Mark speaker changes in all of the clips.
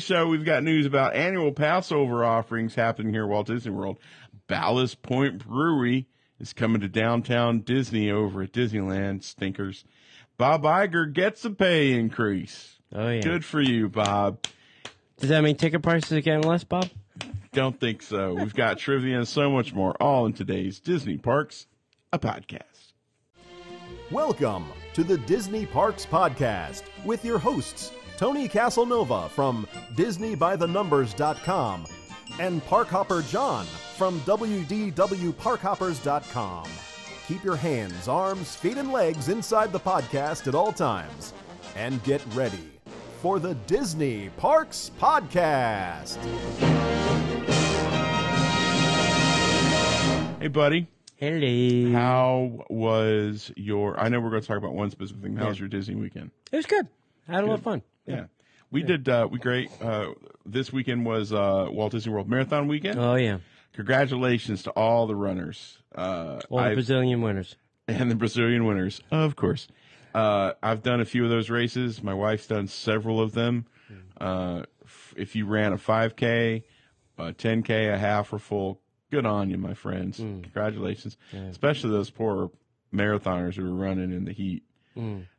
Speaker 1: show, we've got news about annual Passover offerings happening here at Walt Disney World. Ballast Point Brewery is coming to downtown Disney over at Disneyland. Stinkers. Bob Iger gets a pay increase.
Speaker 2: Oh yeah.
Speaker 1: Good for you, Bob.
Speaker 2: Does that mean ticket prices are getting less, Bob?
Speaker 1: Don't think so. We've got trivia and so much more, all in today's Disney Parks, a podcast.
Speaker 3: Welcome to the Disney Parks Podcast with your hosts, Tony Casanova from DisneyByTheNumbers.com and Parkhopper John from WDWParkhoppers.com. Keep your hands, arms, feet, and legs inside the podcast at all times and get ready for the Disney Parks Podcast.
Speaker 1: Hey, buddy.
Speaker 2: Hello.
Speaker 1: How was your? I know we're going to talk about one specific thing. How was your Disney weekend?
Speaker 2: It was good. I had a lot of fun.
Speaker 1: Yeah, we did. Uh, we great. Uh, this weekend was uh, Walt Disney World Marathon weekend.
Speaker 2: Oh yeah.
Speaker 1: Congratulations to all the runners uh,
Speaker 2: All the
Speaker 1: I've-
Speaker 2: Brazilian winners.
Speaker 1: and the Brazilian winners, of course. Uh, I've done a few of those races. My wife's done several of them. Uh, f- if you ran a 5K, a 10K, a half or full, good on you, my friends. Congratulations, especially those poor marathoners who were running in the heat.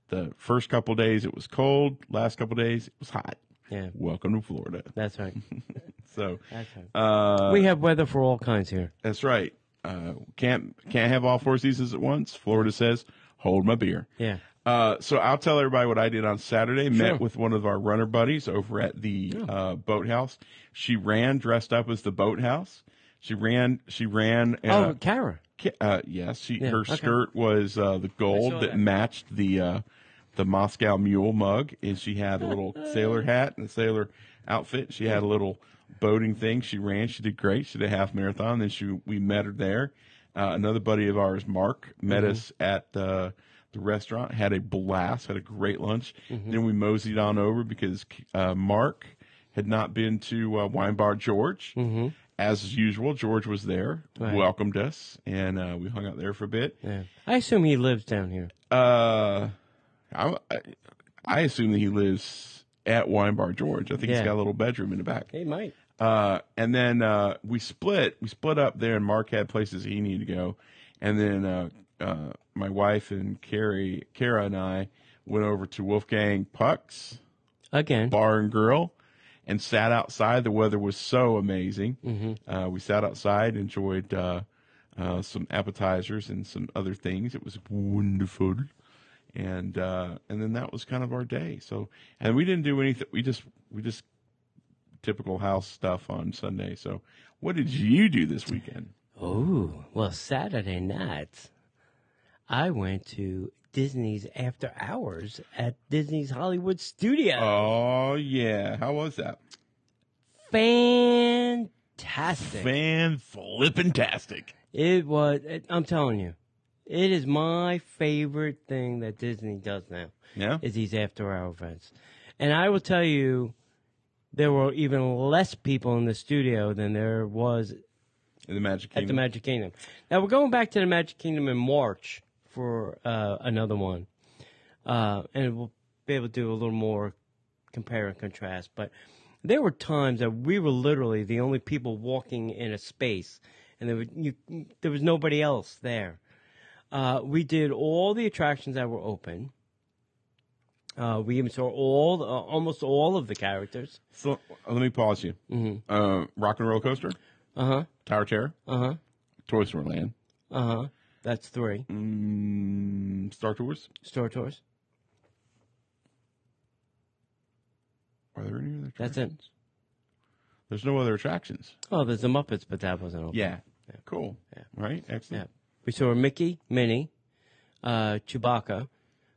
Speaker 1: The first couple days it was cold. Last couple days it was hot.
Speaker 2: Yeah.
Speaker 1: Welcome to Florida.
Speaker 2: That's right.
Speaker 1: So
Speaker 2: That's right.
Speaker 1: uh,
Speaker 2: we have weather for all kinds here.
Speaker 1: that's right. Uh, can't can't have all four seasons at once. Florida says, "Hold my beer."
Speaker 2: Yeah.
Speaker 1: Uh, so I'll tell everybody what I did on Saturday.
Speaker 2: Sure.
Speaker 1: Met with one of our runner buddies over at the uh, boathouse. She ran dressed up as the boathouse. She ran. She ran.
Speaker 2: oh,
Speaker 1: Uh,
Speaker 2: Kara.
Speaker 1: ki- uh, yes, she,
Speaker 2: Yeah,
Speaker 1: her
Speaker 2: okay.
Speaker 1: skirt was uh, the
Speaker 2: I saw
Speaker 1: gold that,
Speaker 2: that.
Speaker 1: matched the uh, the Moscow Mule mug, and she had a little sailor hat and a sailor outfit. She had a little boating thing. She ran. She did great. She did a half marathon. Then she we met her there. Uh, another buddy of ours, Mark, met
Speaker 2: Mm-hmm.
Speaker 1: us at uh, the restaurant. Had a blast. Had a great lunch.
Speaker 2: Mm-hmm.
Speaker 1: Then we moseyed on over because uh, Mark had not been to uh, Wine Bar George. As usual, George was there,
Speaker 2: Mm-hmm. Right.
Speaker 1: welcomed us, and uh, we hung out there for a bit.
Speaker 2: Yeah. I assume he lives down here.
Speaker 1: Uh, I, I assume that he lives at Wine Bar George. I think he's
Speaker 2: Yeah.
Speaker 1: got a little bedroom in the back.
Speaker 2: He might.
Speaker 1: Uh, and then uh, we split. We split up there, and Mark had places he needed to go. And then uh, uh, my wife and Carrie, Kara, and I went over to Wolfgang Puck's
Speaker 2: Again.
Speaker 1: bar and grill and sat outside. The weather was so amazing. Uh, we sat outside, enjoyed uh, uh, some appetizers and some other things. It was wonderful. And uh, and then that was kind of our day. So and we didn't do anything. We just we just typical house stuff on Sunday. So what did you do this weekend?
Speaker 2: Oh, well, Saturday night, I went to Disney's After Hours at Disney's Hollywood Studio.
Speaker 1: Oh yeah, how was that?
Speaker 2: Fantastic.
Speaker 1: Fan flipping tastic.
Speaker 2: It was. It, I'm telling you, it is my favorite thing that Disney does now
Speaker 1: Yeah.
Speaker 2: is these after-hour events, and I will tell you, there were even less people in the studio than there was
Speaker 1: In the Magic
Speaker 2: at the
Speaker 1: Kingdom.
Speaker 2: Magic Kingdom. Now we're going back to the Magic Kingdom in March for uh, another one, uh, and we'll be able to do a little more compare and contrast. But there were times that we were literally the only people walking in a space, and there, were, you, there was nobody else there. Uh, we did all the attractions that were open. Uh, we even saw all, the- uh, almost all of the characters.
Speaker 1: so uh, let me pause you. Mm-hmm. Uh, rock and roller coaster.
Speaker 2: Uh huh.
Speaker 1: Tower of Terror,
Speaker 2: Uh huh.
Speaker 1: Toy Story Land,
Speaker 2: Uh huh. That's three
Speaker 1: mm, Star Tours.
Speaker 2: Star Tours.
Speaker 1: Are there any other? Attractions?
Speaker 2: That's it.
Speaker 1: There's no other attractions.
Speaker 2: Oh, there's the Muppets, but that wasn't open.
Speaker 1: Yeah. Cool. Right.
Speaker 2: Yeah.
Speaker 1: Excellent.
Speaker 2: We saw Mickey, Minnie, uh, Chewbacca.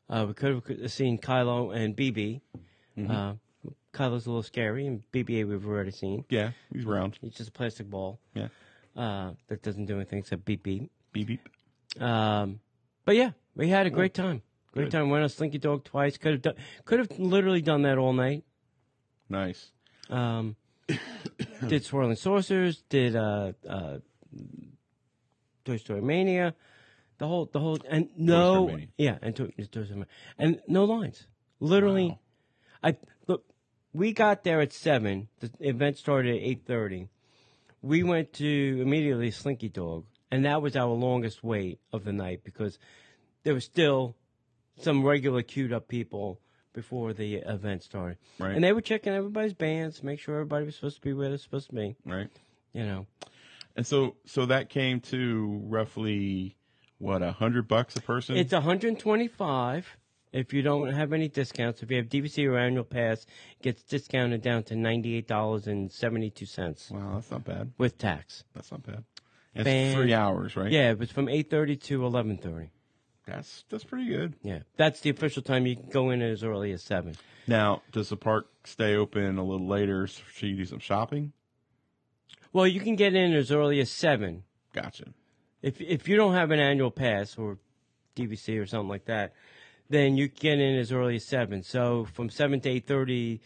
Speaker 2: Uh, we could have seen Kylo and BB. Uh, Kylo's a little scary, and BB-8 we've already seen.
Speaker 1: Yeah. He's round.
Speaker 2: He's just a plastic ball
Speaker 1: Yeah.
Speaker 2: uh, that doesn't do anything except beep beep.
Speaker 1: Beep beep.
Speaker 2: Um, but yeah, we had a great time. Great
Speaker 1: Good.
Speaker 2: time. Went on Slinky Dog twice. Could have done. Could have literally done that all night.
Speaker 1: Nice.
Speaker 2: Um, did Swirling Sorcerers, did uh, uh, Toy Story Mania, the whole, the whole, and no,
Speaker 1: Mania.
Speaker 2: yeah, and Toy, Toy Story Mania, and no lines. Literally,
Speaker 1: Wow.
Speaker 2: I look. we got there at seven. The event started at eight thirty. We went to immediately Slinky Dog, and that was our longest wait of the night because there was still some regular queued up people before the event started,
Speaker 1: Right.
Speaker 2: and they were checking everybody's bands, make sure everybody was supposed to be where they're supposed to be.
Speaker 1: right?
Speaker 2: You know,
Speaker 1: And so, so that came to roughly what a hundred bucks a person.
Speaker 2: it's one hundred and twenty five. If you don't have any discounts, if you have DVC or annual pass, it gets discounted down to ninety eight dollars and seventy two cents
Speaker 1: wow, that's not bad.
Speaker 2: with tax.
Speaker 1: That's not bad. And
Speaker 2: Bam.
Speaker 1: It's three hours, right?
Speaker 2: Yeah, it was from eight thirty to eleven thirty.
Speaker 1: that's that's pretty good.
Speaker 2: Yeah, that's the official time. You can go in as early as seven.
Speaker 1: Now, does the park stay open a little later so you do some shopping?
Speaker 2: Well, you can get in as early as seven
Speaker 1: Gotcha.
Speaker 2: if if you don't have an annual pass or DVC or something like that. Then you can get in as early as seven. So from seven to eight thirty,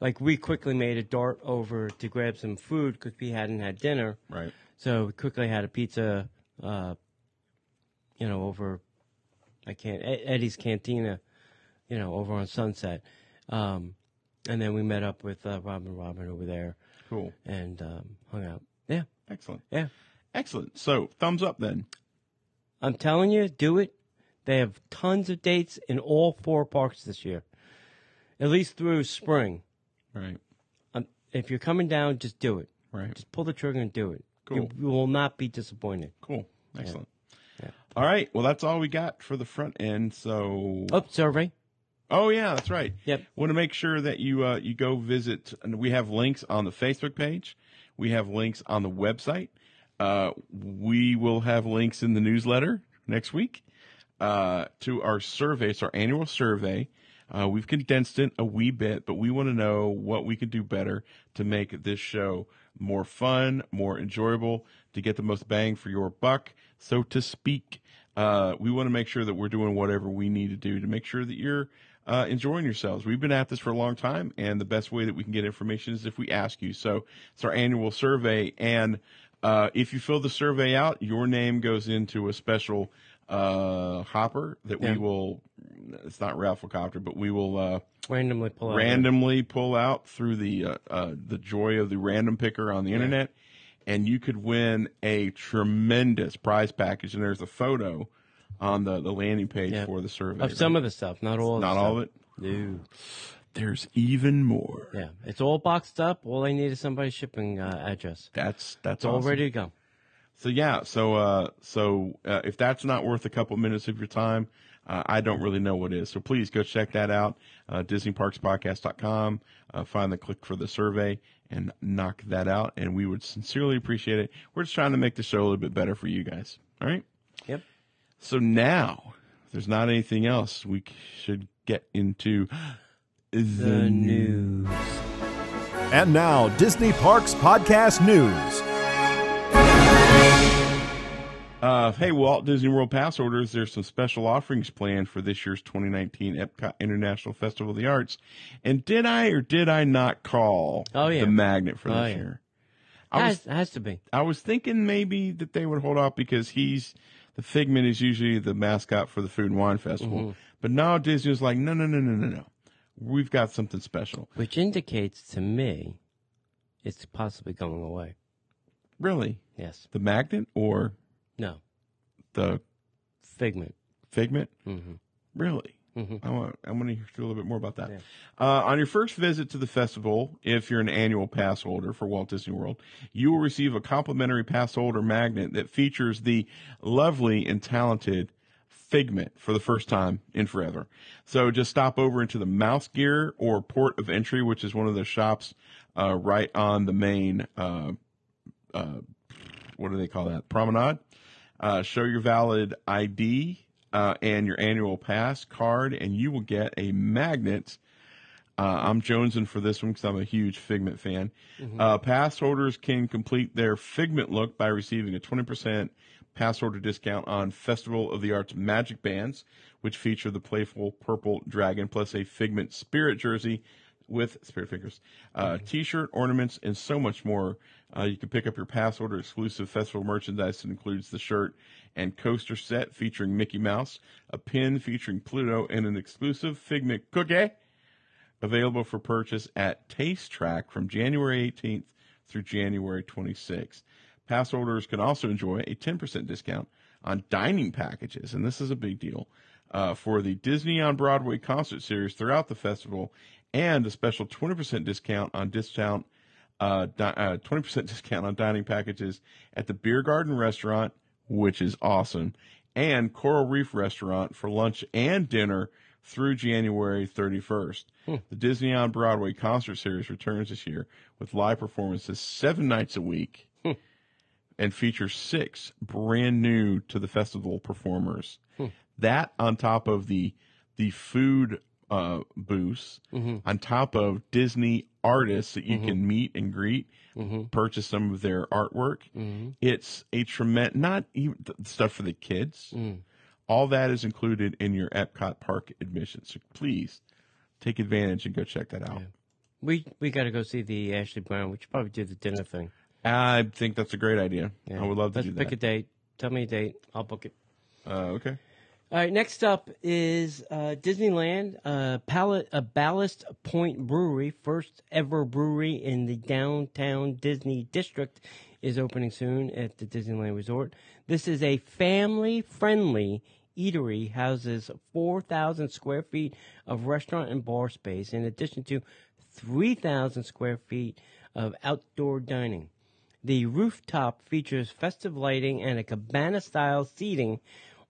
Speaker 2: like we quickly made a dart over to grab some food because we hadn't had dinner.
Speaker 1: Right.
Speaker 2: So we quickly had a pizza, uh, you know, over I can't Ed- Eddie's Cantina, you know, over on Sunset, um, and then we met up with uh, Robin Robin over there
Speaker 1: Cool.
Speaker 2: and um, hung out. Yeah,
Speaker 1: Excellent.
Speaker 2: yeah.
Speaker 1: Excellent. So thumbs up then.
Speaker 2: I'm telling you, do it. They have tons of dates in all four parks this year, at least through spring.
Speaker 1: Right.
Speaker 2: Um, if you're coming down, just do it.
Speaker 1: Right.
Speaker 2: Just pull the trigger and do it. You,
Speaker 1: Cool.
Speaker 2: you will not be disappointed.
Speaker 1: Cool. Excellent.
Speaker 2: Yeah.
Speaker 1: All right. Well, that's all we got for the front end. So.
Speaker 2: Up survey.
Speaker 1: Oh yeah, that's right.
Speaker 2: Yep.
Speaker 1: Want to make sure that you uh, you go visit. And we have links on the Facebook page. We have links on the website. Uh, we will have links in the newsletter next week uh, to our survey. It's our annual survey. Uh, we've condensed it a wee bit, but we want to know what we can do better to make this show more fun, more enjoyable, to get the most bang for your buck, so to speak. Uh, we want to make sure that we're doing whatever we need to do to make sure that you're uh, enjoying yourselves. We've been at this for a long time, and the best way that we can get information is if we ask you. So it's our annual survey, and uh, if you fill the survey out, your name goes into a special uh, hopper that
Speaker 2: Yeah.
Speaker 1: we will. It's not Rafflecopter, but we will uh,
Speaker 2: Randomly pull out.
Speaker 1: randomly pull out through the uh, uh, the joy of the random picker on the internet, and you could win a tremendous prize package. And there's a photo on the the landing page
Speaker 2: Yeah.
Speaker 1: for the survey.
Speaker 2: of some of the stuff, not all.
Speaker 1: right?
Speaker 2: Of
Speaker 1: not
Speaker 2: the
Speaker 1: all
Speaker 2: stuff.
Speaker 1: of it.
Speaker 2: No.
Speaker 1: There's even more.
Speaker 2: Yeah, it's all boxed up. All I need is somebody's shipping uh, address.
Speaker 1: That's that's
Speaker 2: It's all
Speaker 1: awesome.
Speaker 2: ready to go.
Speaker 1: So yeah, so uh, so uh, if that's not worth a couple minutes of your time, uh, I don't really know what is. So please go check that out. Uh, DisneyParksPodcast.com. Uh, find the click for the survey and knock that out. And we would sincerely appreciate it. We're just trying to make the show a little bit better for you guys. All right.
Speaker 2: Yep.
Speaker 1: So now if there's not anything else we c- should get into the,
Speaker 2: The news.
Speaker 3: And now, Disney Parks Podcast News.
Speaker 1: Uh, hey, Walt Disney World Pass orders. There's some special offerings planned for this year's 2019 Epcot International Festival of the Arts. And did I or did I not call
Speaker 2: Oh, yeah.
Speaker 1: the magnet for
Speaker 2: Oh,
Speaker 1: this
Speaker 2: yeah.
Speaker 1: year? I
Speaker 2: Has,
Speaker 1: was
Speaker 2: has to be.
Speaker 1: I was thinking maybe that they would hold off because he's the Figment is usually the mascot for the Food and Wine Festival,
Speaker 2: Mm-hmm.
Speaker 1: but now Disney was like, no, no, no, no, no, no, we've got something special.
Speaker 2: Which indicates to me it's possibly going away.
Speaker 1: Really,
Speaker 2: Yes.
Speaker 1: the magnet or
Speaker 2: No.
Speaker 1: the
Speaker 2: Figment.
Speaker 1: Figment?
Speaker 2: Mm-hmm.
Speaker 1: Really?
Speaker 2: Mhm.
Speaker 1: I want I want to hear a little bit more about that.
Speaker 2: Yeah.
Speaker 1: Uh, on your first visit to the festival, if you're an annual pass holder for Walt Disney World, you will receive a complimentary pass holder magnet that features the lovely and talented Figment for the first time in forever. So just stop over into the Mouse Gear or Port of Entry, which is one of the shops uh, right on the main. Uh, uh, what do they call that? Promenade. Uh, show your valid ID uh, and your annual pass card, and you will get a magnet. Uh, I'm jonesing for this one because I'm a huge Figment fan. Uh, pass holders can complete their Figment look by receiving a 20% pass holder discount on Festival of the Arts Magic Bands, which feature the playful purple dragon plus a Figment Spirit jersey with spirit fingers, uh, t-shirt ornaments, and so much more. Uh, you can pick up your pass order exclusive festival merchandise that includes the shirt and coaster set featuring Mickey Mouse, a pin featuring Pluto, and an exclusive Figment cookie. available for purchase at Taste Track from January 18th through January 26th. Pass holders can also enjoy a 10% discount on dining packages, and this is a big deal, uh, for the Disney on Broadway concert series throughout the festival, and a special 20% discount on discount uh, di- uh, 20% discount on dining packages at the Beer Garden Restaurant, which is awesome, and Coral Reef Restaurant for lunch and dinner through January 31st. The Disney on Broadway concert series returns this year with live performances seven nights a week and features six brand new to the festival performers.
Speaker 2: Hmm.
Speaker 1: That on top of the the food uh, booths,
Speaker 2: Mm-hmm.
Speaker 1: on top of Disney artists that you can meet and greet,
Speaker 2: Mm-hmm.
Speaker 1: purchase some of their artwork. It's a tremendous, not even th- stuff for the kids.
Speaker 2: Mm.
Speaker 1: All that is included in your Epcot Park admission. So please take advantage and go check that out.
Speaker 2: We we got to go see the Ashley Brown. We should probably do the dinner thing.
Speaker 1: I think that's a great idea. I would love to
Speaker 2: Let's
Speaker 1: do
Speaker 2: pick a
Speaker 1: that.
Speaker 2: date. Tell me a date. I'll book it.
Speaker 1: uh, okay.
Speaker 2: All right. Next up is uh, Disneyland. Uh, Pallet, uh, Ballast Point Brewery, first ever brewery in the downtown Disney district, is opening soon at the Disneyland Resort. This is a family-friendly eatery. Houses 4,000 square feet of restaurant and bar space, in addition to 3,000 square feet of outdoor dining. The rooftop features festive lighting and a cabana style seating,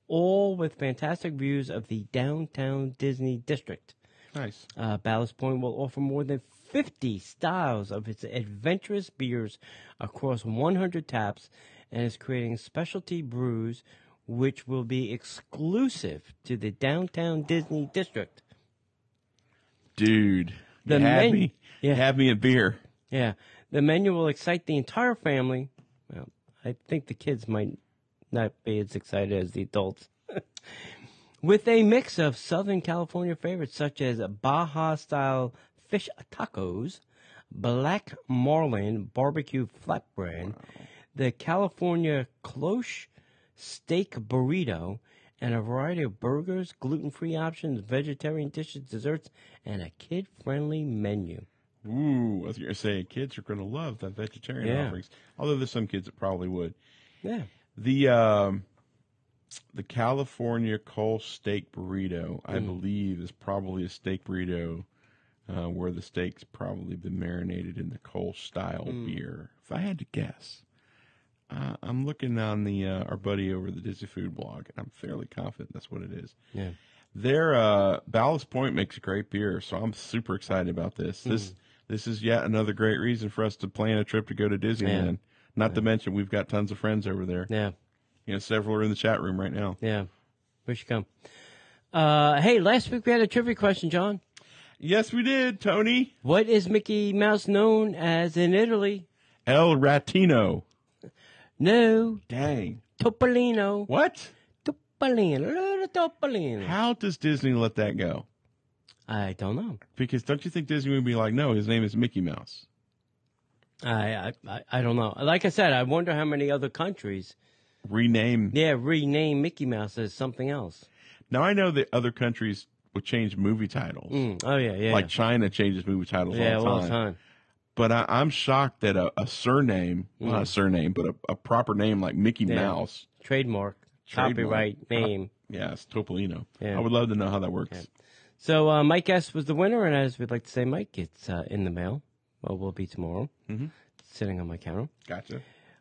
Speaker 2: all with fantastic views of the downtown Disney district.
Speaker 1: Nice.
Speaker 2: Uh, Ballast Point will offer more than 50 styles of its adventurous beers across 100 taps and is creating specialty brews which will be exclusive to the downtown Disney district.
Speaker 1: Dude,
Speaker 2: The
Speaker 1: you had
Speaker 2: men-
Speaker 1: me.
Speaker 2: yeah.
Speaker 1: Had me a beer.
Speaker 2: Yeah, the menu will excite the entire family. Well, I think the kids might not be as excited as the adults. With a mix of Southern California favorites such as Baja style fish tacos, black marlin barbecue flatbread, the California cloche steak burrito, and a variety of burgers, gluten free options, vegetarian dishes, desserts, and a kid friendly menu.
Speaker 1: Ooh, I was going to say, kids are going to love the vegetarian
Speaker 2: Yeah.
Speaker 1: offerings. Although there's some kids that probably would.
Speaker 2: Yeah.
Speaker 1: The um, the California Cole steak burrito, I believe, is probably a steak burrito uh, where the steak's probably been marinated in the Cole style beer. If I had to guess, uh, I'm looking on the uh, our buddy over the Disney Food blog, and I'm fairly confident that's what it is.
Speaker 2: Yeah.
Speaker 1: Their uh, Ballast Point makes great beer, so I'm super excited about this. This this is yet another great reason for us to plan a trip to go to Disneyland. Not to mention we've got tons of friends over there.
Speaker 2: Yeah.
Speaker 1: You know, several are in the chat room right now.
Speaker 2: Yeah. We should come. Uh, hey, last week we had a trivia question, John.
Speaker 1: Yes, we did, Tony.
Speaker 2: What is Mickey Mouse known as in Italy?
Speaker 1: El Ratino.
Speaker 2: No,
Speaker 1: Dang.
Speaker 2: Topolino.
Speaker 1: What?
Speaker 2: Topolino. little Topolino.
Speaker 1: How does Disney let that go?
Speaker 2: I don't know.
Speaker 1: Because don't you think Disney would be like, no, his name is Mickey Mouse?
Speaker 2: I, I- I I don't know. Like I said, I wonder how many other countries
Speaker 1: Rename.
Speaker 2: yeah rename Mickey Mouse as something else.
Speaker 1: Now I know that other countries will change movie titles.
Speaker 2: Mm, Oh yeah, yeah,
Speaker 1: Like China changes movie titles
Speaker 2: yeah,
Speaker 1: all, the
Speaker 2: all the time.
Speaker 1: But I, I'm shocked that a, a surname, not
Speaker 2: Mm.
Speaker 1: a surname, but a, a proper name like Mickey Mouse.
Speaker 2: Trademark,
Speaker 1: Trademark.
Speaker 2: copyright name.
Speaker 1: Yeah, it's Topolino.
Speaker 2: Yeah.
Speaker 1: I would love to know how that works.
Speaker 2: So uh, Mike S was the winner, and as we'd like to say, Mike, it's uh, in the mail. Well, will be tomorrow. Mm-hmm. Sitting on my counter.
Speaker 1: Gotcha.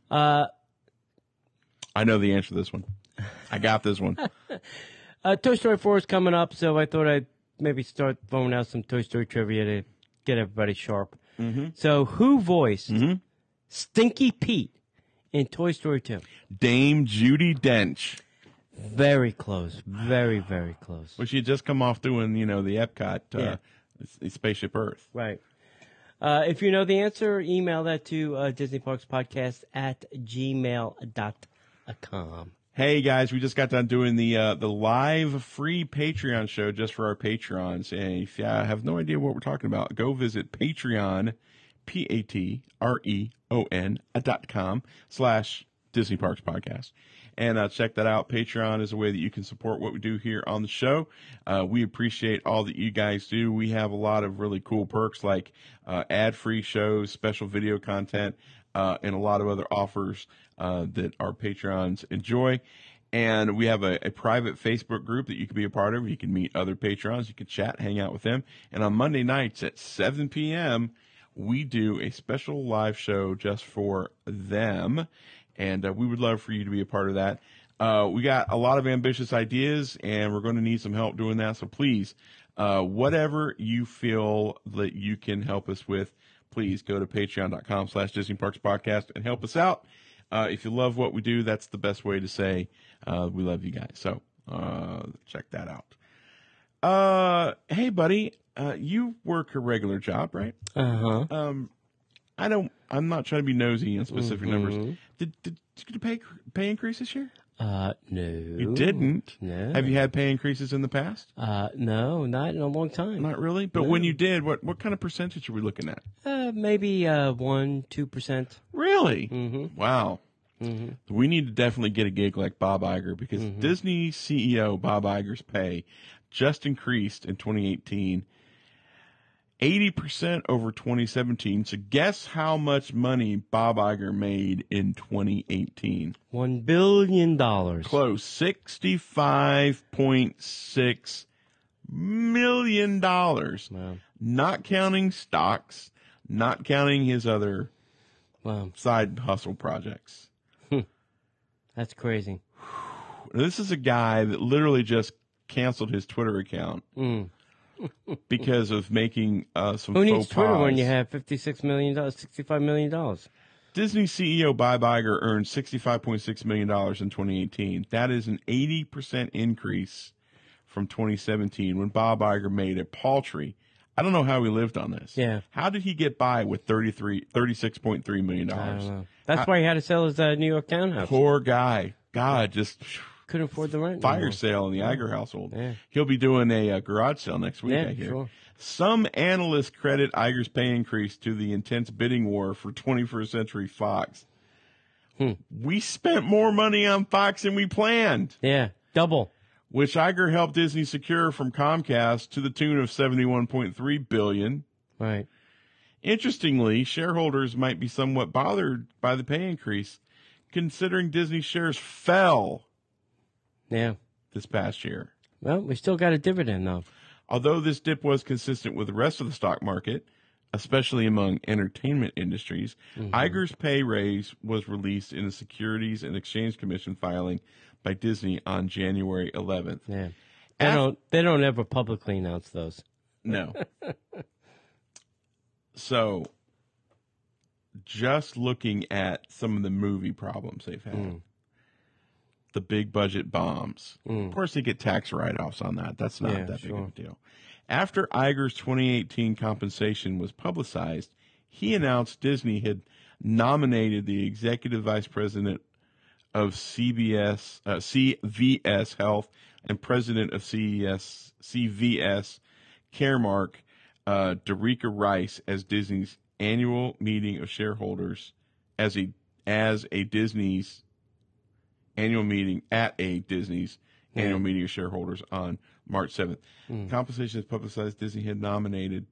Speaker 2: Uh,
Speaker 1: I know the answer to this one. I got this one.
Speaker 2: uh, Toy Story 4 is coming up, so I thought I'd maybe start throwing out some Toy Story trivia to get everybody sharp. Mm-hmm. So, who voiced Stinky Pete in Toy Story 2?
Speaker 1: Dame Judy Dench.
Speaker 2: Very close. Very, very close.
Speaker 1: Well, she had just come off doing, you know, the Epcot uh,
Speaker 2: Yeah.
Speaker 1: s- Spaceship Earth.
Speaker 2: Right. Uh, if you know the answer, email that to uh, Disney Parks Podcast at gmail.com.
Speaker 1: Hey guys, we just got done doing the uh, the live free Patreon show just for our patrons, and if you uh, have no idea what we're talking about, go visit Patreon, p a t r e o n dot com slash Disney Parks Podcast. And uh, check that out. Patreon is a way that you can support what we do here on the show. Uh, we appreciate all that you guys do. We have a lot of really cool perks like uh, ad free shows, special video content, uh, and a lot of other offers uh, that our Patreons enjoy. And we have a, a private Facebook group that you can be a part of. You can meet other Patrons, you can chat, hang out with them. And on Monday nights at 7 p.m., we do a special live show just for them. And uh, we would love for you to be a part of that. Uh, we got a lot of ambitious ideas, and we're going to need some help doing that. So please, uh, whatever you feel that you can help us with, please go to patreon.com slash Disney Parks Podcast and help us out. Uh, if you love what we do, that's the best way to say uh, we love you guys. So uh, check that out. Uh, hey, buddy, uh, you work a regular job, right?
Speaker 2: Uh huh.
Speaker 1: Um, I don't. I'm not trying to be nosy in specific numbers.
Speaker 2: Mhm.
Speaker 1: Did did, did you get a pay pay increase this year?
Speaker 2: Uh, no.
Speaker 1: You didn't.
Speaker 2: No.
Speaker 1: Have you had pay increases in the past?
Speaker 2: Uh, no, not in a long time.
Speaker 1: Not really. But when you did, what what kind of percentage are we looking at?
Speaker 2: Uh, maybe uh one two percent.
Speaker 1: Really?
Speaker 2: Mm-hmm.
Speaker 1: Wow.
Speaker 2: Mhm.
Speaker 1: We need to definitely get a gig like Bob Iger because Disney CEO Bob Iger's pay just increased in 2018 80% over 2017. So guess how much money Bob Iger made in 2018?
Speaker 2: One billion dollars.
Speaker 1: Close 65.6 million dollars.
Speaker 2: Wow.
Speaker 1: Not counting stocks, not counting his other
Speaker 2: Wow.
Speaker 1: side hustle projects.
Speaker 2: That's crazy.
Speaker 1: This is a guy that literally just canceled his Twitter account
Speaker 2: Mm.
Speaker 1: because of making uh, some
Speaker 2: Who
Speaker 1: faux
Speaker 2: needs Twitter
Speaker 1: pas.
Speaker 2: when you have fifty-six million dollars, sixty-five million dollars?
Speaker 1: Disney CEO Bob Iger earned $65.6 million in 2018. That is an 80% increase from 2017 when Bob Iger made a paltry. I don't know how he lived on this.
Speaker 2: Yeah.
Speaker 1: How did he get by with 33, $36.3 million?
Speaker 2: I don't know. That's why he had to sell his uh, New York townhouse.
Speaker 1: Poor guy. God, just
Speaker 2: Couldn't afford the rent. no
Speaker 1: fire
Speaker 2: more.
Speaker 1: sale in the Iger household.
Speaker 2: Yeah.
Speaker 1: He'll be doing a, uh garage sale next week,
Speaker 2: Yeah,
Speaker 1: I hear.
Speaker 2: sure.
Speaker 1: Some analysts credit Iger's pay increase to the intense bidding war for 21st Century Fox. We spent more money on Fox than we planned,
Speaker 2: Yeah, double.
Speaker 1: which Iger helped Disney secure from Comcast to the tune of 71.3 billion.
Speaker 2: Right.
Speaker 1: Interestingly, shareholders might be somewhat bothered by the pay increase considering Disney shares fell
Speaker 2: Yeah.
Speaker 1: this past year.
Speaker 2: Well, we still got a dividend though.
Speaker 1: Although this dip was consistent with the rest of the stock market, especially among entertainment industries, Iger's pay raise was released in a Securities and Exchange Commission filing by Disney on January 11th.
Speaker 2: Yeah. They
Speaker 1: Af-
Speaker 2: don't. They don't ever publicly announce those.
Speaker 1: No. so, just looking at some of the movie problems they've had,
Speaker 2: Mm.
Speaker 1: the big budget bombs. Of course, they get tax write offs on that. That's not
Speaker 2: Mm. Yeah,
Speaker 1: that big
Speaker 2: sure.
Speaker 1: of a deal. After Iger's 2018 compensation was publicized, he announced Disney had nominated the executive vice president of CBS, uh, CVS Health, and president of E CES, CVS Caremark, uh, Derica Rice as Disney's annual meeting of shareholders, as a as a Disney's annual meeting at a Disney's annual meeting of shareholders on March seventh. Compensation is publicized. Disney had nominated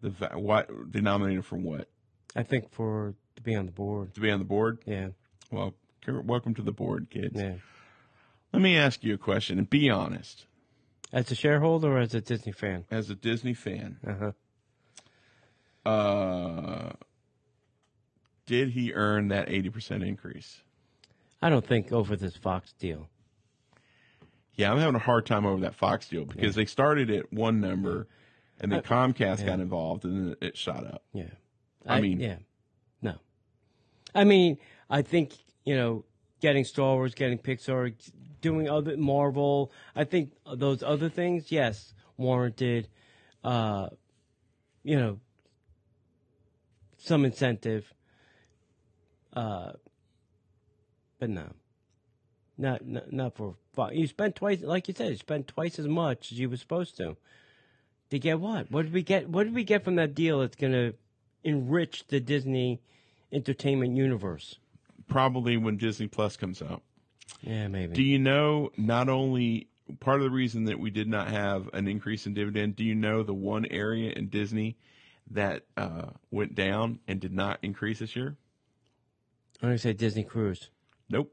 Speaker 1: the va- what they nominated for what
Speaker 2: I think for to be on the board.
Speaker 1: to be on the board.
Speaker 2: Yeah.
Speaker 1: Well, cur- welcome to the board, kids.
Speaker 2: Yeah.
Speaker 1: Let me ask you a question and be honest.
Speaker 2: As a shareholder or as a Disney fan.
Speaker 1: As a Disney fan,
Speaker 2: Uh huh.
Speaker 1: uh, did he earn that 80% increase?
Speaker 2: I don't think over this Fox deal.
Speaker 1: Yeah, I'm having a hard time over that Fox deal because they started at one number and
Speaker 2: Uh,
Speaker 1: then Comcast got involved and then it shot up.
Speaker 2: Yeah.
Speaker 1: I mean-
Speaker 2: yeah. No. I mean, I think, you know, getting Star Wars, getting Pixar, doing other Marvel, I think those other things, yes, warranted, uh, you know, some incentive. Uh, but no. Not, not not for Fox. You spent twice, like you said, you spent twice as much as you were supposed to. To get what? What did we get? What did we get from that deal? That's going to enrich the Disney entertainment universe.
Speaker 1: probably when Disney Plus comes out.
Speaker 2: Yeah, maybe.
Speaker 1: Do you know not only part of the reason that we did not have an increase in dividend? Do you know the one area in Disney that uh, went down and did not increase this year?
Speaker 2: I'm gonna say Disney Cruise.
Speaker 1: Nope.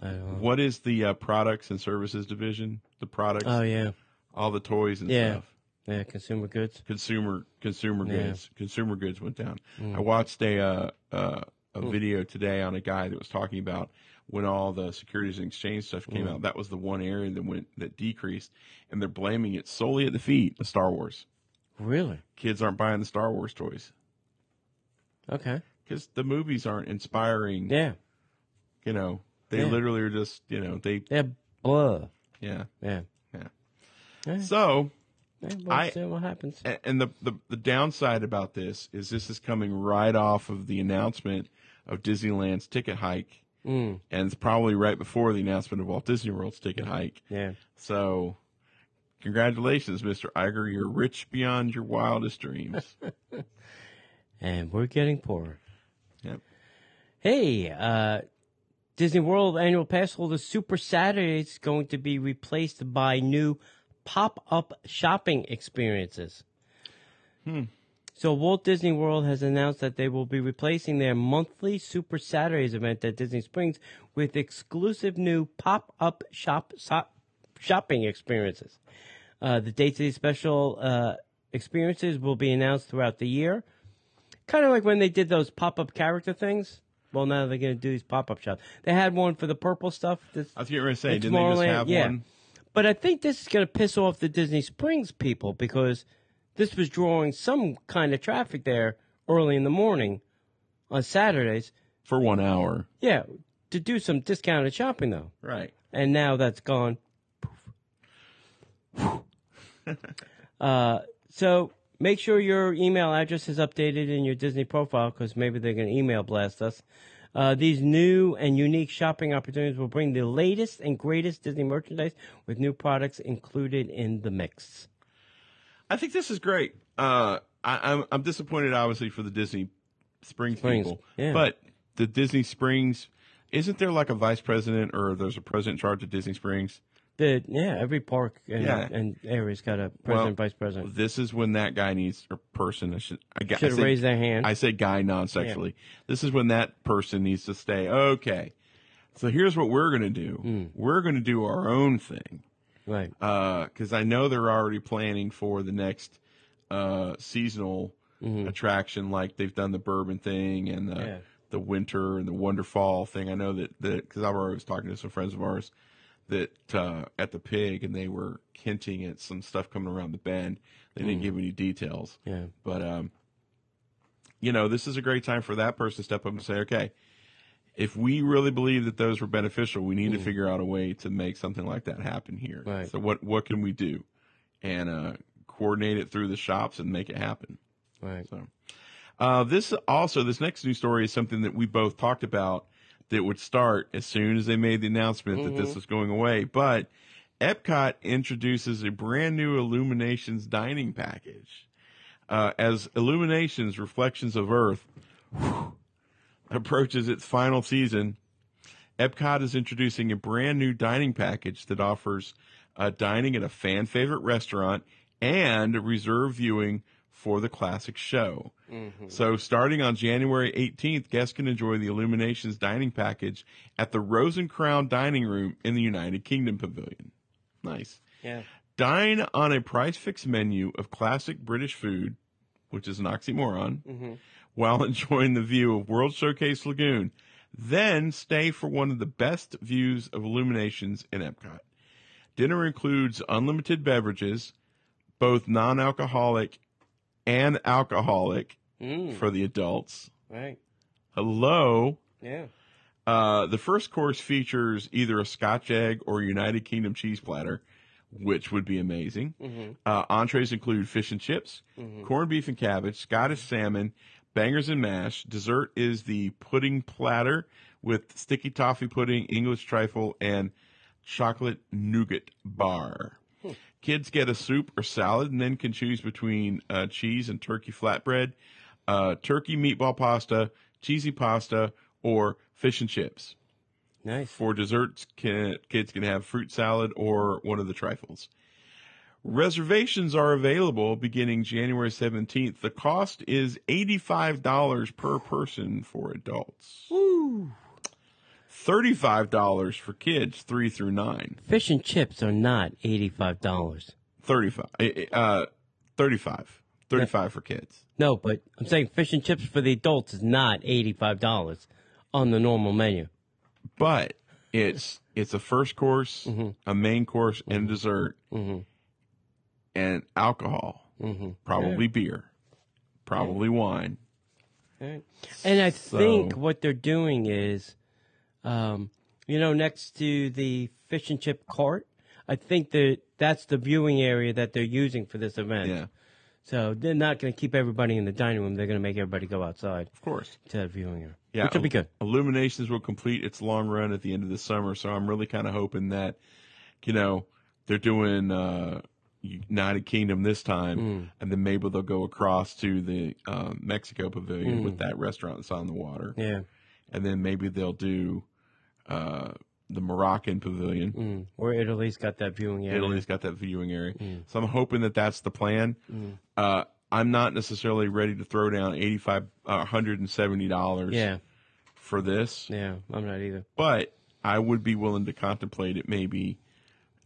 Speaker 2: I don't know.
Speaker 1: What is the uh, products and services division? The products,
Speaker 2: Oh yeah,
Speaker 1: all the toys and
Speaker 2: Yeah.
Speaker 1: stuff.
Speaker 2: yeah. Consumer goods.
Speaker 1: Consumer consumer
Speaker 2: Yeah.
Speaker 1: goods. Consumer goods went down.
Speaker 2: Mm.
Speaker 1: I watched a uh, uh, a video today on a guy that was talking about when all the securities and exchange stuff came
Speaker 2: Mm.
Speaker 1: out. That was the one area that went that decreased, and they're blaming it solely at the feet of Star Wars.
Speaker 2: Really?
Speaker 1: Kids aren't buying the Star Wars toys
Speaker 2: Okay.
Speaker 1: because the movies aren't inspiring.
Speaker 2: Yeah.
Speaker 1: You know, they
Speaker 2: Yeah.
Speaker 1: literally are just you know they
Speaker 2: Yeah. Blah.
Speaker 1: yeah.
Speaker 2: Yeah.
Speaker 1: Yeah.
Speaker 2: Yeah,
Speaker 1: So
Speaker 2: yeah, we'll
Speaker 1: I-
Speaker 2: see what happens.
Speaker 1: A- and the, the the downside about this is this is coming right off of the announcement of Disneyland's ticket hike,
Speaker 2: Mm,
Speaker 1: and it's probably right before the announcement of Walt Disney World's ticket hike.
Speaker 2: yeah.
Speaker 1: So, congratulations, Mister Iger, you're rich beyond your wildest dreams.
Speaker 2: And we're getting poorer.
Speaker 1: Yep.
Speaker 2: Hey, uh, Disney World annual pass holder Super Saturday is going to be replaced by new pop-up shopping experiences.
Speaker 1: Hmm.
Speaker 2: So Walt Disney World has announced that they will be replacing their monthly Super Saturdays event at Disney Springs with exclusive new pop-up shop, shop shopping experiences. Uh, the dates of these special uh, experiences will be announced throughout the year kind of like when they did those pop up character things. Well, now they're going to do these pop up shops. They had one for the purple stuff, this,
Speaker 1: I was going to say,
Speaker 2: It's
Speaker 1: didn't they just
Speaker 2: Tomorrowland,
Speaker 1: have
Speaker 2: yeah.
Speaker 1: one?
Speaker 2: but I think this is going to piss off the Disney Springs people because this was drawing some kind of traffic there early in the morning on Saturdays.
Speaker 1: for one hour,
Speaker 2: Yeah, to do some discounted shopping though,
Speaker 1: right?
Speaker 2: and now that's gone. uh, so make sure your email address is updated in your Disney profile because maybe they're going to email blast us. Uh, these new and unique shopping opportunities will bring the latest and greatest Disney merchandise with new products included in the mix.
Speaker 1: I think this is great. Uh, I, I'm I'm disappointed, obviously, for the Disney Springs,
Speaker 2: Springs,
Speaker 1: people,
Speaker 2: yeah.
Speaker 1: but the Disney Springs isn't there like a vice president or there's a president in charge of Disney Springs?
Speaker 2: The, yeah, every park and,
Speaker 1: Yeah.
Speaker 2: and area's got a president,
Speaker 1: Well,
Speaker 2: vice president.
Speaker 1: This is when that guy needs or person. I should I, got- I
Speaker 2: Should have
Speaker 1: said,
Speaker 2: raised their hand.
Speaker 1: I said guy non-sexually. This is when that person needs to stay. Okay, so here's what we're gonna do. We're gonna do our own thing.
Speaker 2: right.
Speaker 1: because I know they're already planning for the next uh, seasonal attraction, like they've done the bourbon thing and the
Speaker 2: Yeah.
Speaker 1: the winter and the wonderfall thing. I know that that because I was talking to some friends of ours that uh, at the pig, and they were hinting at some stuff coming around the bend. They didn't give any details,
Speaker 2: Yeah.
Speaker 1: but um, you know, this is a great time for that person to step up and say, okay. If we really believe that those were beneficial, we need to figure out a way to make something like that happen here.
Speaker 2: Right.
Speaker 1: So what what can we do, and uh, coordinate it through the shops and make it happen.
Speaker 2: Right.
Speaker 1: So, uh, this also this next news story is something that we both talked about that would start as soon as they made the announcement that this was going away. But Epcot introduces a brand new Illuminations dining package. Uh, as Illuminations Reflections of Earth approaches its final season, Epcot is introducing a brand new dining package that offers uh, dining at a fan favorite restaurant and reserve viewing for the classic show. So, starting on January 18th, guests can enjoy the Illuminations dining package at the Rose and Crown Dining Room in the United Kingdom Pavilion. Nice.
Speaker 2: Yeah.
Speaker 1: Dine on a price fixed menu of classic British food, which is an oxymoron, while enjoying the view of World Showcase Lagoon. Then stay for one of the best views of illuminations in Epcot. Dinner includes unlimited beverages, both non alcoholic and alcoholic
Speaker 2: Mm,
Speaker 1: for the adults.
Speaker 2: right.
Speaker 1: Hello.
Speaker 2: Yeah.
Speaker 1: Uh, the first course features either a Scotch egg or United Kingdom cheese platter, which would be amazing.
Speaker 2: Mm-hmm.
Speaker 1: Uh, entrees include fish and chips, corned beef and cabbage, Scottish salmon, bangers and mash. Dessert is the pudding platter with sticky toffee pudding, English trifle, and chocolate nougat bar. Kids get a soup or salad and then can choose between uh, cheese and turkey flatbread, uh, turkey meatball pasta, cheesy pasta, or fish and chips.
Speaker 2: Nice.
Speaker 1: For desserts, can, kids can have fruit salad or one of the trifles. Reservations are available beginning January 17th. The cost is $85 per person for adults,
Speaker 2: Woo.
Speaker 1: $35 for kids 3 through 9.
Speaker 2: Fish and chips are not eighty-five dollars.
Speaker 1: 35 uh 35 35 for kids.
Speaker 2: No, but I'm saying fish and chips for the adults is not eighty-five dollars on the normal menu.
Speaker 1: But it's it's a first course, a main course and a dessert
Speaker 2: Mm-hmm.
Speaker 1: and alcohol,
Speaker 2: Mm-hmm.
Speaker 1: probably beer, probably wine.
Speaker 2: Right. And I think
Speaker 1: So-
Speaker 2: what they're doing is, um, you know, next to the fish and chip cart, I think that that's the viewing area that they're using for this event.
Speaker 1: Yeah,
Speaker 2: So they're not going to keep everybody in the dining room. They're going to make everybody go outside
Speaker 1: of course.
Speaker 2: to that viewing area,
Speaker 1: Yeah,
Speaker 2: which will be good.
Speaker 1: Illuminations will complete its long run at the end of the summer, so I'm really kind of hoping that you know they're doing uh United Kingdom this time,
Speaker 2: Mm.
Speaker 1: and then maybe they'll go across to the um, Mexico Pavilion
Speaker 2: Mm.
Speaker 1: with that restaurant that's on the water.
Speaker 2: Yeah.
Speaker 1: and then maybe they'll do uh, the Moroccan pavilion.
Speaker 2: Mm. Or Italy's got that viewing area. Mm.
Speaker 1: Italy's got that viewing area, so I'm hoping that that's the plan. Uh, I'm not necessarily ready to throw down 85, uh, 170 dollars
Speaker 2: Yeah.
Speaker 1: for this,
Speaker 2: Yeah. I'm not either.
Speaker 1: but I would be willing to contemplate it maybe